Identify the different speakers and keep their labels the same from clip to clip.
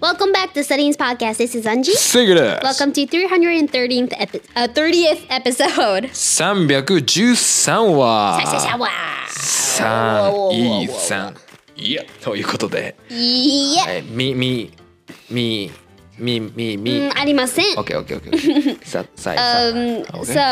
Speaker 1: Welcome back to Studying's podcast. This is Anji.
Speaker 2: セグです
Speaker 1: Welcome to 313th epi- uh, 30th episode.
Speaker 2: 313話
Speaker 1: Wow.
Speaker 2: 313いやということで
Speaker 1: Yeah.
Speaker 2: えみみみみみみ
Speaker 1: Mm, ありません。
Speaker 2: OKOKOK ささいさ
Speaker 1: Um, so,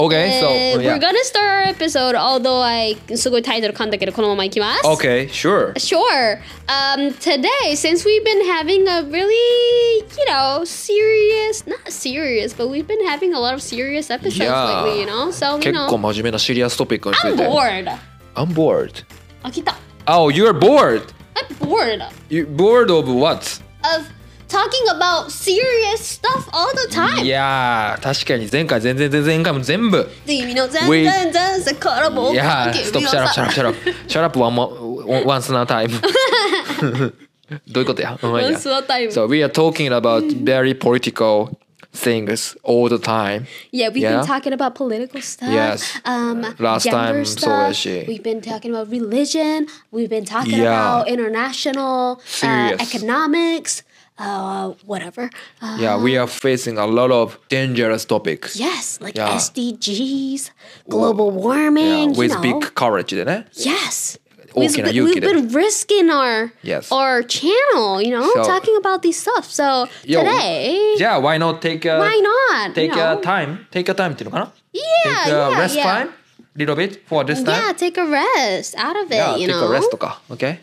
Speaker 2: OK Okay, so, oh,
Speaker 1: uh,
Speaker 2: yeah.
Speaker 1: we're gonna start our episode, although I すごいタイトル噛んだけどこのまま行きます。
Speaker 2: OK sure
Speaker 1: Sure. Um, today, since we've been having a really, you know, serious, not serious, but we've been having a lot of serious episodes
Speaker 2: Yeah.
Speaker 1: lately, you know? So, you
Speaker 2: 結
Speaker 1: know,
Speaker 2: 構真面目なシリアストピックについ
Speaker 1: I'm
Speaker 2: て
Speaker 1: bored.
Speaker 2: I'm bored
Speaker 1: あ、来た。
Speaker 2: Oh you're bored
Speaker 1: I'm bored
Speaker 2: You bored of what?
Speaker 1: of talking about serious stuff all the time.
Speaker 2: いやー確かに前回前々前前回も全部
Speaker 1: 君の全
Speaker 2: We-
Speaker 1: 然全然からも
Speaker 2: いやー、
Speaker 1: 君の
Speaker 2: ストップ、シャラップ、シャラップ、シャラップ、 シャラップ、ワンモ、ワンスナータイム。どういうことやまあいいや
Speaker 1: Once upon a time.
Speaker 2: So we are talking about very political things all the time.
Speaker 1: Yeah, we've
Speaker 2: Yeah.
Speaker 1: been talking about political stuff.
Speaker 2: Yes. Uh,
Speaker 1: Um,
Speaker 2: Last
Speaker 1: gender
Speaker 2: time, so
Speaker 1: stuff.
Speaker 2: was she.
Speaker 1: We've been talking about religion. We've been talking
Speaker 2: Yeah.
Speaker 1: about international uh,
Speaker 2: Serious.
Speaker 1: economics. Uh, whatever. Uh,
Speaker 2: Yeah, we are facing a lot of dangerous topics.
Speaker 1: Yes, like
Speaker 2: Yeah.
Speaker 1: SDGs, global warming.
Speaker 2: Yeah, with
Speaker 1: you know.
Speaker 2: big courage でね。
Speaker 1: Yes. We've
Speaker 2: Okay, now
Speaker 1: been,
Speaker 2: you
Speaker 1: we've
Speaker 2: get it.
Speaker 1: been risking our
Speaker 2: Yes.
Speaker 1: our channel, you know,
Speaker 2: So-
Speaker 1: talking about these stuff. So
Speaker 2: Yo,
Speaker 1: today,
Speaker 2: じゃあ、why not take a,
Speaker 1: why not? you
Speaker 2: take a
Speaker 1: know?
Speaker 2: time? Take a time っていうのかな
Speaker 1: Yeah,
Speaker 2: Take a
Speaker 1: yeah,
Speaker 2: rest
Speaker 1: yeah.
Speaker 2: time? Little bit for this
Speaker 1: Yeah,
Speaker 2: time?
Speaker 1: take a rest out of it,
Speaker 2: Yeah,
Speaker 1: you
Speaker 2: take
Speaker 1: know.
Speaker 2: a rest とか。
Speaker 1: だ
Speaker 2: Okay?
Speaker 1: か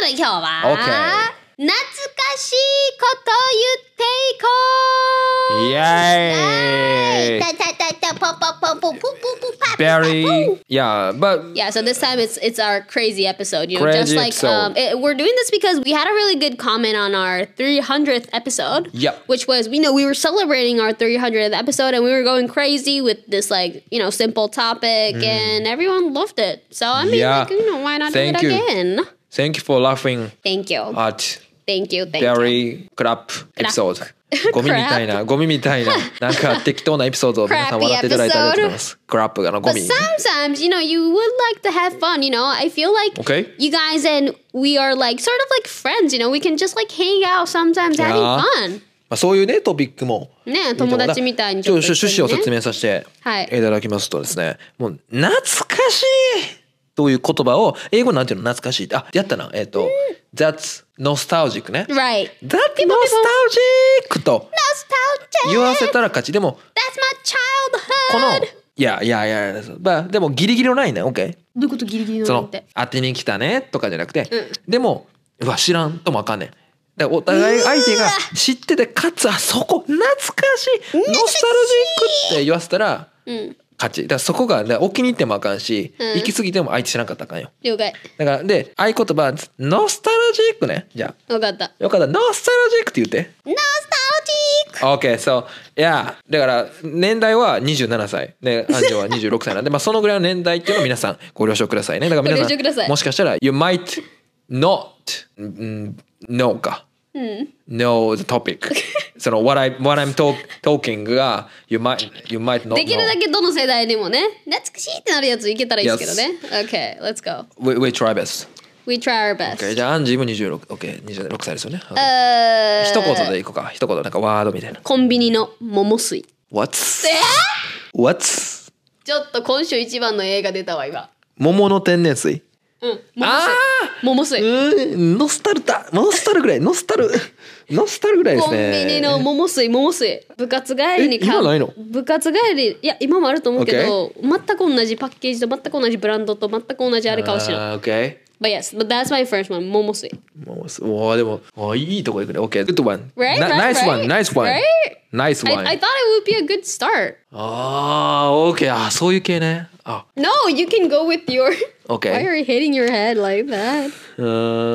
Speaker 1: ら今日は、
Speaker 2: Okay.
Speaker 1: 懐かしいことを言っていこう
Speaker 2: Yay!
Speaker 1: たたたたポポポポポポポパ
Speaker 2: Very, yeah, but
Speaker 1: Yeah, so this time it's it's our crazy episode. You know, just
Speaker 2: Crazy
Speaker 1: like
Speaker 2: episode.
Speaker 1: um, it, we're doing this because we had a really good comment on our 300th episode.
Speaker 2: Yep.
Speaker 1: Which was, you know, we were celebrating our 300th episode and we were going crazy with this like, you know, simple topic, and everyone loved it. So I mean,
Speaker 2: Mm. Yeah.
Speaker 1: like, you know, why not
Speaker 2: Thank
Speaker 1: do
Speaker 2: you.
Speaker 1: it again?
Speaker 2: Thank you for laughing
Speaker 1: Thank you.
Speaker 2: at
Speaker 1: thank you. Thank you.
Speaker 2: very crap episode. ゴミみたいな、ゴミみたいな、なんか適当なエピソードを皆さん笑っていただいてありがとうございます。クラップ、あの、ゴ
Speaker 1: But
Speaker 2: ミ。
Speaker 1: sometimes, you know, you would like to have fun, you know. I feel like
Speaker 2: Okay.
Speaker 1: you guys and we are like sort of like friends, you know. We can just like hang out sometimes having
Speaker 2: Yeah.
Speaker 1: fun.
Speaker 2: まあ、そういうね、トピックも。
Speaker 1: ね友達みたいに
Speaker 2: ちょっと趣旨を説明させて
Speaker 1: はい
Speaker 2: いただきますとですね、もう、懐かしいという言葉を、英語なんていうの懐かしいってあ、やったな。えっと、that's nostalgic ね。
Speaker 1: Right.
Speaker 2: That's nostalgic と
Speaker 1: Nostalgic.
Speaker 2: 言わせたら勝ち。でも、
Speaker 1: That's my
Speaker 2: この
Speaker 1: childhood.
Speaker 2: いやいやいや、まあ、でもギリギリのラインね OK
Speaker 1: どういうことギリギリ
Speaker 2: そ
Speaker 1: の
Speaker 2: の当てに来たねとかじゃなくて、でもうわ知らんともあかんねんだからお互い相手が知っててかつあそこ懐かしいノスタルジックって言わせたら
Speaker 1: うん。
Speaker 2: 勝ちだからそこがだからお気に入ってもあかんし、
Speaker 1: うん
Speaker 2: 行き過ぎても相手知らんかったらあかんよ
Speaker 1: 了解。
Speaker 2: だからで合言葉ノスタルジックねじゃあ
Speaker 1: わかった。
Speaker 2: よかったノスタルジックって言って
Speaker 1: Nostalgic.
Speaker 2: OK, so, yeah. だから、年代は27歳。ね、アンジョは26歳な んで、まあ、そのぐらいの年代っていうのを皆さんご了承くださいね。だから皆
Speaker 1: ご了承くださ
Speaker 2: さ
Speaker 1: い
Speaker 2: ん、もしかしたら、You might not mm, know か。know the topic. その、what, I, what I'm talk, talking が、You might, you might not know.
Speaker 1: できるだけどの世代でもね、懐かしいってなるやついけたらいいですけどね。Okay, let's go.
Speaker 2: We, we try best.
Speaker 1: We try our best.
Speaker 2: Okay, じゃあ、アンジーも26、OK、26歳ですよね。OK
Speaker 1: えー
Speaker 2: 一言でいこうか。一言、なんかワードみたいな。
Speaker 1: コンビニの桃水。
Speaker 2: What's?
Speaker 1: えー
Speaker 2: What's?
Speaker 1: ちょっと今週一番の映画出たわ、今。
Speaker 2: 桃の天然水。
Speaker 1: うん。
Speaker 2: ああ
Speaker 1: 桃水。
Speaker 2: うんノスタルタノスタルぐらいノスタルノスタルぐらいです
Speaker 1: コン
Speaker 2: ね
Speaker 1: ビニの桃水桃水部活帰りに
Speaker 2: え今ないの
Speaker 1: 部活帰りいや今もあると思うけど、全く同じパッケージと全く同じブランドと全く同じあれかもしれない
Speaker 2: あー OK
Speaker 1: But yes, but that's my first one 桃水
Speaker 2: もうすおーでもおーいいとこ行くね OK good one
Speaker 1: Right,
Speaker 2: Na-
Speaker 1: right,
Speaker 2: nice one
Speaker 1: right.
Speaker 2: nice one
Speaker 1: Right?
Speaker 2: nice
Speaker 1: I,
Speaker 2: one
Speaker 1: I thought it would be a good start
Speaker 2: あー OK あーそういう系ねあ
Speaker 1: No, you can go with your
Speaker 2: OK
Speaker 1: Why are you hitting your head like that?
Speaker 2: うー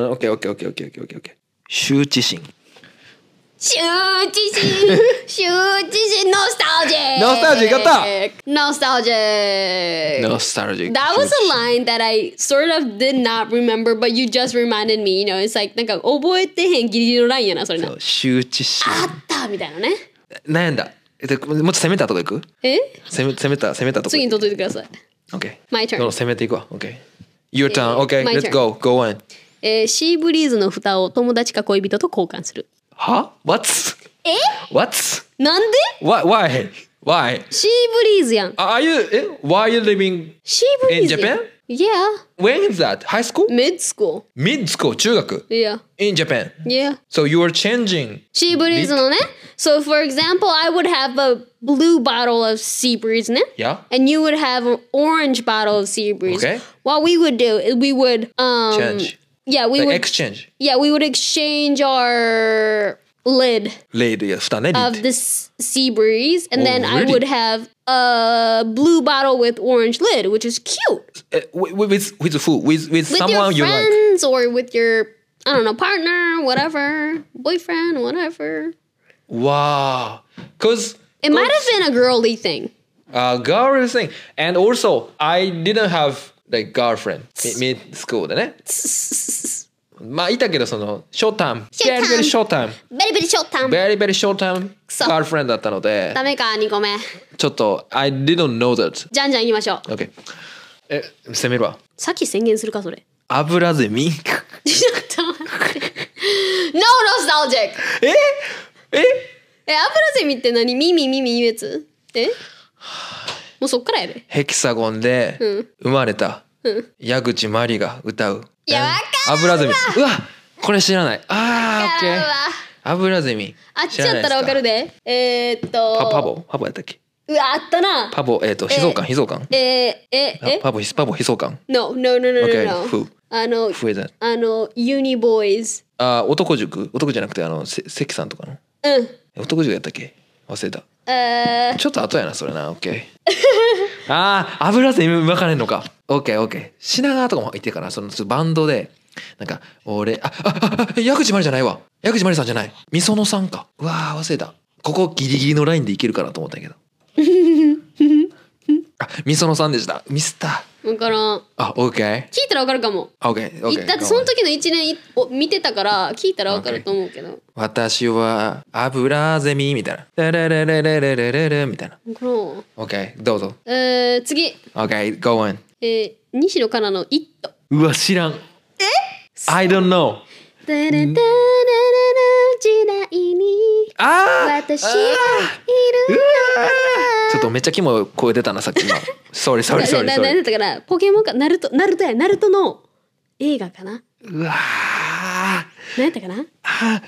Speaker 2: ん OKOKOKOKOKOK 羞恥心
Speaker 1: 羞恥心羞恥心ノスタルジック
Speaker 2: ノスタルジックや
Speaker 1: ったノスタルジック
Speaker 2: ノスタルジック
Speaker 1: That was a line that I sort of did not remember, but you just reminded me. You know, it's like なんか覚えてへんギリギリのラインやなそれな。あっ
Speaker 2: 羞恥心
Speaker 1: たみたいなね。
Speaker 2: 悩んだえでもうちょっと攻めたとこ行く
Speaker 1: え？
Speaker 2: 攻め攻めた攻めたとこ
Speaker 1: 次に取っといてください。
Speaker 2: OK
Speaker 1: My turn
Speaker 2: どんどん攻めていくわ OK Your turn OK
Speaker 1: My
Speaker 2: let's
Speaker 1: turn
Speaker 2: go go on
Speaker 1: えーシーブリーズの蓋を友達か恋人と交換する。
Speaker 2: は ?What's?
Speaker 1: え
Speaker 2: What's?
Speaker 1: なんで
Speaker 2: Why? Why? Why?
Speaker 1: シーブリーズやん。
Speaker 2: Are you, え Why are you living
Speaker 1: シーブリーズやん。
Speaker 2: In Japan?
Speaker 1: Yeah.
Speaker 2: When is that? High school?
Speaker 1: Mid school.
Speaker 2: Mid school? 中学
Speaker 1: Yeah.
Speaker 2: In Japan?
Speaker 1: Yeah.
Speaker 2: So you are changing
Speaker 1: Sea breeze
Speaker 2: Lit-
Speaker 1: のね So for example, I would have a blue bottle of sea breeze ね。
Speaker 2: Yeah?
Speaker 1: And you would have an orange bottle of sea breeze.
Speaker 2: Okay.
Speaker 1: What we would do is we would um
Speaker 2: Change.
Speaker 1: Yeah, we
Speaker 2: The
Speaker 1: would
Speaker 2: exchange
Speaker 1: yeah, we would exchange our lid
Speaker 2: レイドやしたねリ
Speaker 1: of
Speaker 2: ー
Speaker 1: this sea breeze and then I
Speaker 2: Oh, really?
Speaker 1: would have a blue bottle with orange lid, which is cute.
Speaker 2: え with, Eh, with, with who? With, with
Speaker 1: With
Speaker 2: someone you
Speaker 1: your
Speaker 2: like
Speaker 1: friends or with your I don't know, partner, whatever, boyfriend, whatever.
Speaker 2: Wow Cause
Speaker 1: It might have been a girly thing.
Speaker 2: uh, girl thing and also I didn't have like girlfriend mid mid school でねまあいたけどその short time very
Speaker 1: Short time
Speaker 2: very short time
Speaker 1: ベリベリショータイム
Speaker 2: very very short time
Speaker 1: そ
Speaker 2: girlfriend だったので
Speaker 1: ダメか2個目
Speaker 2: ちょっと I didn't know that
Speaker 1: じゃんじゃん行きましょう
Speaker 2: OK え攻めるわ
Speaker 1: さっき宣言するかそれ
Speaker 2: アブラゼミ
Speaker 1: ちょっと待って No nostalgic
Speaker 2: ええ
Speaker 1: えアブラゼミって何ミミミミいうやつえもうそっからやで
Speaker 2: ヘキサゴンで生まれた
Speaker 1: うん
Speaker 2: 矢口真理が歌う。
Speaker 1: いやわか
Speaker 2: アブラゼミ。うわ、これ知らない。
Speaker 1: わ
Speaker 2: あ
Speaker 1: か
Speaker 2: あ、オッ
Speaker 1: らん
Speaker 2: ケー
Speaker 1: わ。
Speaker 2: アブラゼミ。
Speaker 1: あっちやったらわかる
Speaker 2: で
Speaker 1: でえー、っと
Speaker 2: すか。パパボ、パボやったっけ？
Speaker 1: うわあったな
Speaker 2: パボ、えっと、
Speaker 1: え
Speaker 2: 悲壮感、悲壮感。
Speaker 1: えー、ええ
Speaker 2: パボ、パボ、悲壮感。
Speaker 1: No no no no no,
Speaker 2: Okay,
Speaker 1: no.
Speaker 2: who?
Speaker 1: あの
Speaker 2: 増えた。
Speaker 1: あのユニボーイズ
Speaker 2: あー、男塾、男じゃなくてあのせ関さんとかの。
Speaker 1: うん
Speaker 2: 男塾やったっけ？忘れた。
Speaker 1: えー、
Speaker 2: ちょっと後やなそれな。オッケー。ああ、アブラゼミ分かれんのか。オッケー、オッケー。品川とかも言ってるからそのちょっとバンドで。なんか俺ああああ矢口真理じゃないわ矢口真理さんじゃないみそのさんかうわー忘れたここギリギリのラインでいけるかなと思ったんやけどあみそのさんでしたミスった
Speaker 1: 分からん
Speaker 2: あオッケー
Speaker 1: 聞いたらわかるかも
Speaker 2: オッケーオッケ
Speaker 1: い
Speaker 2: ー
Speaker 1: だってその時の1年を見てたから聞いたらわかると思うけど。
Speaker 2: 私はアブラゼミみたいなレレレレレレレレレみたいな
Speaker 1: この
Speaker 2: オッケーどうぞ
Speaker 1: えー、次、
Speaker 2: オッケー go on
Speaker 1: えー、西野カナの「イット
Speaker 2: うわ知らんえ I don't know」。
Speaker 1: ダラダラダラダ時代に
Speaker 2: あー
Speaker 1: 私はいる。
Speaker 2: あーちょっとめっちゃキモい声出たなさっきの sorry sorry
Speaker 1: だ
Speaker 2: sorry
Speaker 1: だだだ
Speaker 2: sorry
Speaker 1: だからポケモンかナルトナルトやナルトの映画かな
Speaker 2: うわー
Speaker 1: 何やったかな
Speaker 2: あ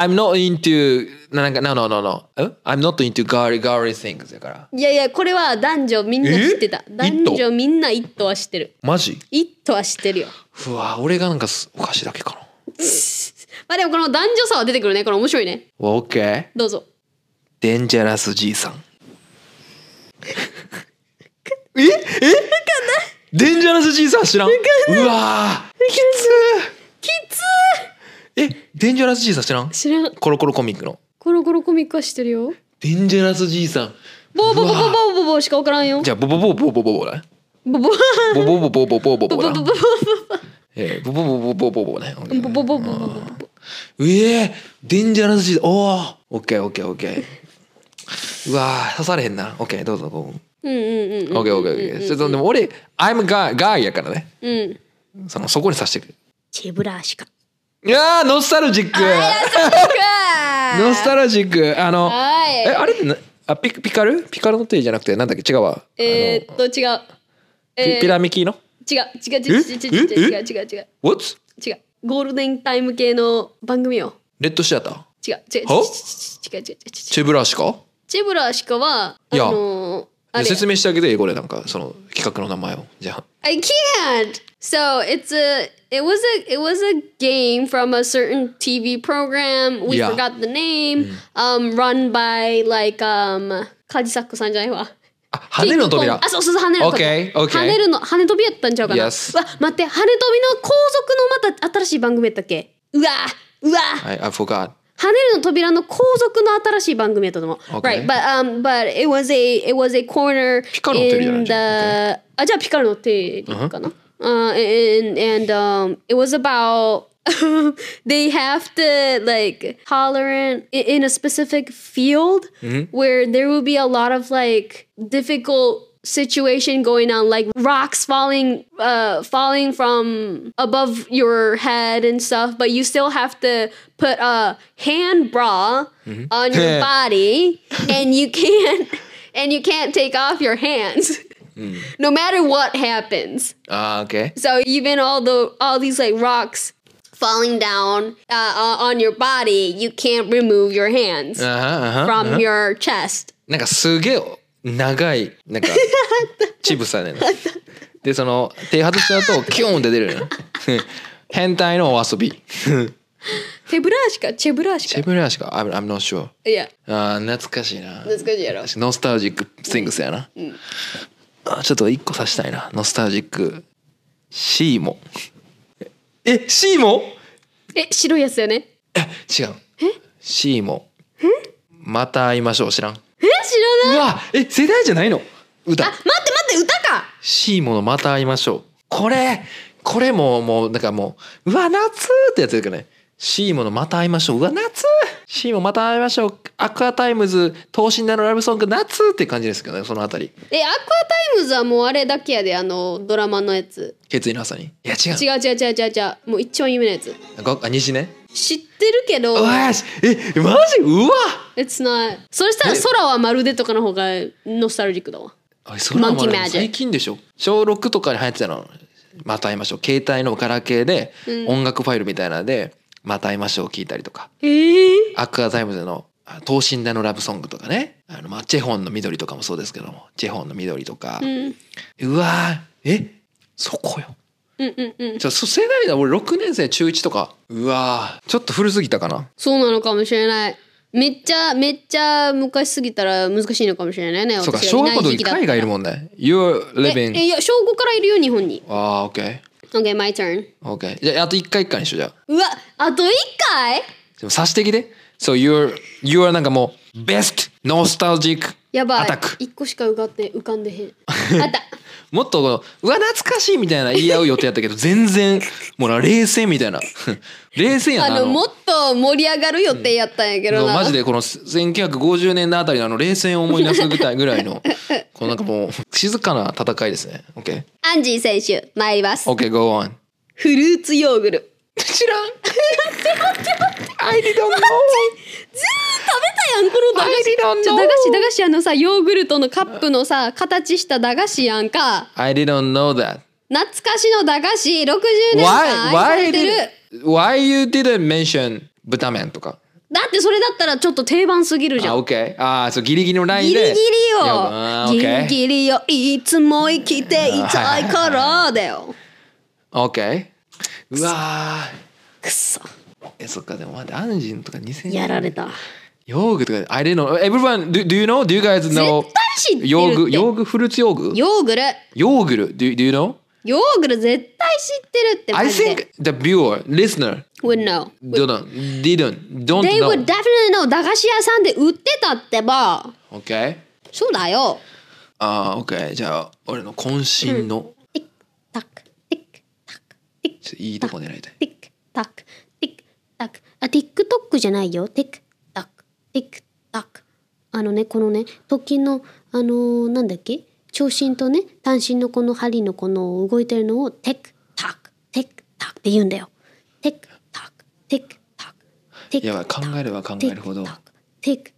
Speaker 2: I, I'm not into なんか no no no no え I'm not into girly girly things だから
Speaker 1: いやいやこれは男女みんな知ってた
Speaker 2: え
Speaker 1: 男女みんな「イット!」は知ってる
Speaker 2: マジ
Speaker 1: 「イット!」は知ってるよ
Speaker 2: うわ俺がなんかすお菓子だけかな
Speaker 1: まあでもこの男女差は出てくるねこれ面白いね
Speaker 2: オッケー
Speaker 1: どうぞ
Speaker 2: デンジャラスじい さんええわかんないデンジャラスじいさん知らんうわーき
Speaker 1: きつ
Speaker 2: つーえデンジャラスじいさん知らん
Speaker 1: ー知らん
Speaker 2: コロコロコミックの
Speaker 1: コロコロコミックは知ってるよ
Speaker 2: デンジャラスじいさん
Speaker 1: ボーボーボーボ
Speaker 2: う
Speaker 1: ーボ
Speaker 2: わ
Speaker 1: ーボーボーしかわからんよ
Speaker 2: じゃあボボボボボボボだ
Speaker 1: ボボボ
Speaker 2: ボボボボボボボボ
Speaker 1: ボボ
Speaker 2: だ
Speaker 1: ボボボ
Speaker 2: えーボボボボボボボね
Speaker 1: ボボボボボボボ
Speaker 2: うえデンジャラスじいおーオッケーオッケーオッケーうわー刺されへんなオッケーどうぞどうぞ
Speaker 1: うんうんうん
Speaker 2: オッケーオッケーオッケーちょっとでも俺 I'm a guy, guy やからね
Speaker 1: うん
Speaker 2: そのそこに刺してくる
Speaker 1: チェブラーシカ
Speaker 2: いやーノスタルジックノ
Speaker 1: ノ
Speaker 2: スタルジックあの
Speaker 1: はい
Speaker 2: えあれってなあピピカルピカルの手じゃなくてなんだっけ違うわ
Speaker 1: えーっと違う
Speaker 2: あのピ
Speaker 1: え
Speaker 2: ピ
Speaker 1: ー
Speaker 2: ラミキーの
Speaker 1: 違う違う違う違う違う違う違う違う違う
Speaker 2: What?
Speaker 1: 違うゴールデンタイム系の番組よ
Speaker 2: レッドシアター
Speaker 1: 違う違う違う違う違う違う違う違う違
Speaker 2: は
Speaker 1: う
Speaker 2: チェブラーシか
Speaker 1: チェブラーシカはあ
Speaker 2: いや
Speaker 1: のーあれ
Speaker 2: 説明してあげて英語でなんかその企画の名前をじゃあ
Speaker 1: I can't. So it's a it was a it was a game from a certain TV program. We
Speaker 2: Yeah.
Speaker 1: forgot the name. Um, run by like um カジサックさんじゃないわ。
Speaker 2: あ跳ねるの扉
Speaker 1: あ、そうそうそう、跳ねるの扉。
Speaker 2: Okay, okay.
Speaker 1: 跳ねるの跳ね飛びやったんちゃうかな。
Speaker 2: Yes.
Speaker 1: うわ、待って、跳ね飛びの後続のまた新しい番組やったっけ？うわ、うわ。
Speaker 2: I, I forgot
Speaker 1: 跳ねるの扉の後続の新しい番組やったと思う。Right,
Speaker 2: Okay.
Speaker 1: but um, but it was a it was a corner
Speaker 2: ピカルの手じゃない
Speaker 1: in the
Speaker 2: じゃん
Speaker 1: あじゃあピカルの手かな。Uh, and and um, it was about they have to like holler in, in a specific field where there will be a lot of like difficult situation going on, like rocks falling, uh, falling from above your head and stuff. But you still have to put a hand bra on your body, and you can't, and you can't take off your hands, no matter what happens.
Speaker 2: あー、OK。
Speaker 1: So even all the all these like rocks falling down uh, uh, on your body, you can't remove your hands
Speaker 2: あはあは
Speaker 1: from your chest.
Speaker 2: なんかすげえ長い、 なんか、チブさねんな。で、その、手外しちゃうと、キューンって 出るのよ変態のお遊び。
Speaker 1: 手ぶらしか-手ぶらしか。
Speaker 2: チブラシか、I'm, I'm not sure。
Speaker 1: Yeah,
Speaker 2: あー懐かしいな。
Speaker 1: that's good, you know.
Speaker 2: ノスタルジックスイングスやな。あちょっと一個刺したいな。ノスタルジック。シーモ。え、シーモ
Speaker 1: え、白いやつだよね。
Speaker 2: え違う。シーモ。また会いましょう。知らん。う
Speaker 1: え、知らない。
Speaker 2: わえ、世代じゃないの歌。
Speaker 1: あ、待って待って、歌か。
Speaker 2: シーモのまた会いましょう。これ、これももう、なんかもう、うわ、夏ってやつだけどね。シーモのまた会いましょう。うわ、夏シーモまた会いましょう。アクアタイムズ、等身大のラブソング、夏って感じですけどね、そのあたり。
Speaker 1: え、アクアタイムズはもうあれだけやで、あの、ドラマのやつ。
Speaker 2: 決意の朝に。いや、違う。
Speaker 1: 違う違う違う違う違う。もう一丁有名なやつ。
Speaker 2: ごあ虹ね。
Speaker 1: 知ってるけど、
Speaker 2: うわしえマジうわ
Speaker 1: it's not- それしたら空はまるでとかの方がノスタルジックだわ。
Speaker 2: あれそれはまだ
Speaker 1: Monkey Magic
Speaker 2: 最近でしょ小6とかに流行ってたの「また会いましょう」携帯のガラケーで音楽ファイルみたいなので「また会いましょう」聞いたりとか
Speaker 1: えー。
Speaker 2: 「アクアタイムズ」のあ等身大のラブソングとかねあの、まあ、チェホンの緑とかもそうですけどもチェホンの緑とか、うわえそこよ
Speaker 1: うんうんうん。
Speaker 2: じゃそ世代だ俺6年生中1とかうわちょっと古すぎたかな
Speaker 1: そうなのかもしれない。めっちゃめっちゃ昔すぎたら難しいのかもしれないね。
Speaker 2: そうか
Speaker 1: 私が
Speaker 2: 小
Speaker 1: いな
Speaker 2: 学
Speaker 1: い
Speaker 2: 校の
Speaker 1: 時
Speaker 2: 時
Speaker 1: 期だった
Speaker 2: 海外いるもんね You're
Speaker 1: ええ
Speaker 2: living
Speaker 1: いや小5からいるよ日本に。
Speaker 2: ああ OK
Speaker 1: Okay, my turn.
Speaker 2: OK じゃああと1回1回にしようじゃあ
Speaker 1: うわあと一回？
Speaker 2: でも差し的で So you're you're なんかもう best nostalgic
Speaker 1: やばい
Speaker 2: アタック。
Speaker 1: 一個しか浮かって浮かんでへ ん。あった。
Speaker 2: もっとこのうわ懐かしいみたいな言い合う予定やったけど全然もうな冷静みたいな冷静や
Speaker 1: あ
Speaker 2: な
Speaker 1: のもっと盛り上がる予定やったんやけ
Speaker 2: あの
Speaker 1: どな。
Speaker 2: マジでこの1950年のあたりのあの冷戦を思い出すぐらいぐらいの このなんかもう静かな戦いですね OKOK、
Speaker 1: アンジー選手参ります。
Speaker 2: OK go on
Speaker 1: フルーツヨーグル。
Speaker 2: 知らん
Speaker 1: ずー食べたや
Speaker 2: I don't know
Speaker 1: んこの駄菓子
Speaker 2: I didn't know
Speaker 1: ちょ駄菓子駄菓子あのさヨーグルトのカップのさ形した駄菓子やんか
Speaker 2: I didn't know that
Speaker 1: 懐かしの駄菓子60年
Speaker 2: Why
Speaker 1: 間愛
Speaker 2: why
Speaker 1: されてる
Speaker 2: did why you didn't mention 豚麺とか
Speaker 1: だってそれだったらちょっと定番すぎるじゃ
Speaker 2: あ、
Speaker 1: ん
Speaker 2: OK。あー、そう、ギリギリのライン
Speaker 1: ギリギ
Speaker 2: で。
Speaker 1: リ
Speaker 2: あ
Speaker 1: よ
Speaker 2: ー
Speaker 1: ギ
Speaker 2: OK
Speaker 1: リギリよいつも生きていたいからだよ
Speaker 2: OK。うわ
Speaker 1: くそ
Speaker 2: ー。え、そっか、でも待って、アンジンとか2000
Speaker 1: やられた
Speaker 2: ヨーグとか、I didn't know. Everyone, do, do you know? Do you guys
Speaker 1: 絶
Speaker 2: know?
Speaker 1: 対知ってるって
Speaker 2: ヨーグ、ヨーグ、フルーツヨーグ
Speaker 1: ヨーグル
Speaker 2: ヨーグル、do, do you know?
Speaker 1: ヨーグル絶対知ってるってマ
Speaker 2: I
Speaker 1: ジで
Speaker 2: think the viewer, listener,
Speaker 1: would know
Speaker 2: don't, didn't, don't
Speaker 1: They would
Speaker 2: know.
Speaker 1: definitely know 駄菓子屋さんで売ってたってば
Speaker 2: OK?
Speaker 1: そうだよ
Speaker 2: あー、OK。じゃあ、俺の渾身の、
Speaker 1: ティックタックティックタックティック
Speaker 2: ちょっといいとこ狙いたい。
Speaker 1: ティックタックティックタックあティックトックじゃないよティックタックティックタックあのねこのね時のあのーなんだっけ長針とね短針のこの針のこの動いてるのをティックタックティックタックって言うんだよティックタックティックタックティック
Speaker 2: やばい、考えれば考えるほど。
Speaker 1: TikTok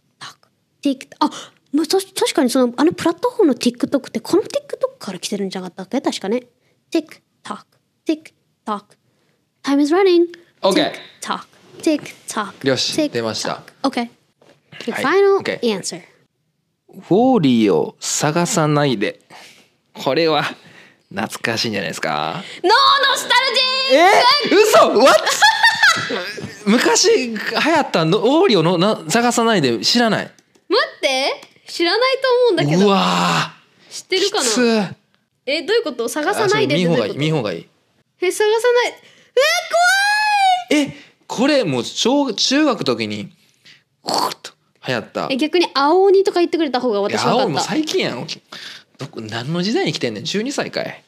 Speaker 1: TikTok あまあ、た確かにそのあのプラットフォームの TikTok ってこの TikTok から来てるんじゃなかったっけ確かね TikTok TikTok Time is running
Speaker 2: OK
Speaker 1: TikTok TikTok
Speaker 2: よし出ました
Speaker 1: OK Your
Speaker 2: はい
Speaker 1: final
Speaker 2: OK
Speaker 1: answer
Speaker 2: ウォーリーを探さないで。これは懐かしいんじゃないですか。
Speaker 1: No nostalgic
Speaker 2: え嘘 What? 昔流行ったのウォーリーをのな探さないで知らない。
Speaker 1: 待って知らないと思うんだけ
Speaker 2: う
Speaker 1: ど
Speaker 2: わ
Speaker 1: 知ってる
Speaker 2: ー。
Speaker 1: か
Speaker 2: きつ
Speaker 1: な
Speaker 2: ー。
Speaker 1: えどういうこと探さ
Speaker 2: あそ
Speaker 1: な
Speaker 2: れ
Speaker 1: いでっ
Speaker 2: 見
Speaker 1: て
Speaker 2: ん
Speaker 1: どう
Speaker 2: 方
Speaker 1: いう
Speaker 2: が
Speaker 1: こ
Speaker 2: いい
Speaker 1: と
Speaker 2: 見ん方がいい。
Speaker 1: え探さないえ
Speaker 2: えこれもう小中学の時にクッと流行った。
Speaker 1: 怖いえ逆に青鬼とか言ってくれた方が
Speaker 2: い
Speaker 1: 私
Speaker 2: や
Speaker 1: 分
Speaker 2: 青
Speaker 1: か
Speaker 2: も
Speaker 1: った
Speaker 2: 最近やんどこ何の時代に来てんねん12歳かい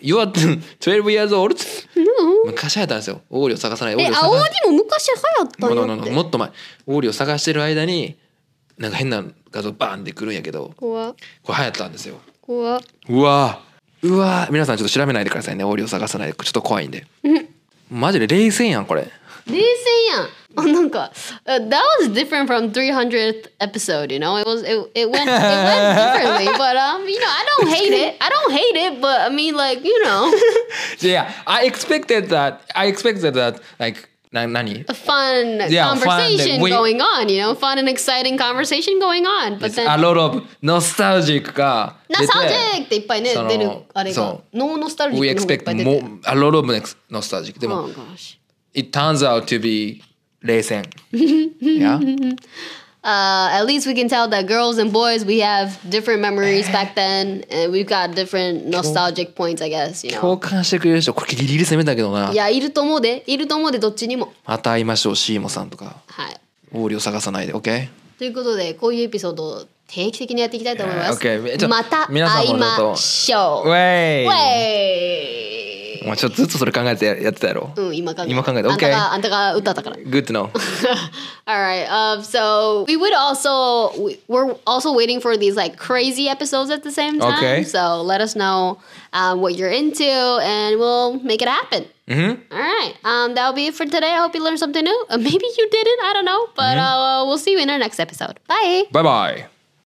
Speaker 2: You are 12 years old 昔流行ったんですよオーリーを探さないオーリ
Speaker 1: え
Speaker 2: ーを
Speaker 1: 青
Speaker 2: 探
Speaker 1: 鬼も昔流行った
Speaker 2: さな
Speaker 1: よ
Speaker 2: いもの
Speaker 1: って
Speaker 2: もっと前オーリーを探してる間になんか変な画像バーンってくるんやけど
Speaker 1: 怖
Speaker 2: これ流行ったんですよ
Speaker 1: 怖
Speaker 2: うわうわ皆さんちょっと調べないでくださいねオーリオ探さないでちょっと怖いんで
Speaker 1: うん
Speaker 2: マジで冷戦やんこれ
Speaker 1: They say yeah. Oh, なんか, uh, that was different from 300th episode, you know. It was it, it went it went differently, but um, you know, I don't hate it. I don't hate it, but I mean like, you know,
Speaker 2: Yeah I expected that I expected that like な何
Speaker 1: a fun
Speaker 2: Yeah, fun,
Speaker 1: conversation
Speaker 2: we-
Speaker 1: going on, you know, fun and exciting conversation going on. But then
Speaker 2: A lot of nostalgic が出て
Speaker 1: nostalgic っていっぱいね、
Speaker 2: その、
Speaker 1: 出るあれが、
Speaker 2: そう。
Speaker 1: no nostalgic
Speaker 2: We
Speaker 1: の方がいっぱい
Speaker 2: expect
Speaker 1: 出てる。
Speaker 2: more, a lot of next- nostalgic でも、
Speaker 1: Oh gosh.
Speaker 2: It turns out to be 冷戦 yeah?
Speaker 1: uh, at least we can tell that girls and boys we have different memories back then, and we've got different nostalgic points, I guess. You know.
Speaker 2: 共感してくれる人これギリギリ攻めたけどない
Speaker 1: やいると思うでいると思うでどっちにも
Speaker 2: また会いましょうシーモさんとか
Speaker 1: はい。
Speaker 2: オーリオ探さないで OK?
Speaker 1: ということでこういうエピソードを定期的にやっていきたいと思います。
Speaker 2: いや OK ちょ
Speaker 1: また
Speaker 2: 皆さん
Speaker 1: 会い
Speaker 2: もどうぞ
Speaker 1: ましょ
Speaker 2: ウ
Speaker 1: う。
Speaker 2: ェイ
Speaker 1: ウェイ
Speaker 2: お前ちょっとずっとそれ考えてややってたやろ、
Speaker 1: うん、今考え
Speaker 2: 今考えて
Speaker 1: あんた
Speaker 2: OK
Speaker 1: があんたが歌ったから。
Speaker 2: Good to know
Speaker 1: All right. Um, so we would also we, we're also waiting for these like crazy episodes at the same time.
Speaker 2: Okay.
Speaker 1: So let us know um, what you're into, and we'll make it happen. Mm-hmm. right. Um, that'll be it for today. I hope you learned something new. Uh, maybe you didn't. I don't know. But uh, we'll see you in our next episode. Bye.
Speaker 2: バイバイ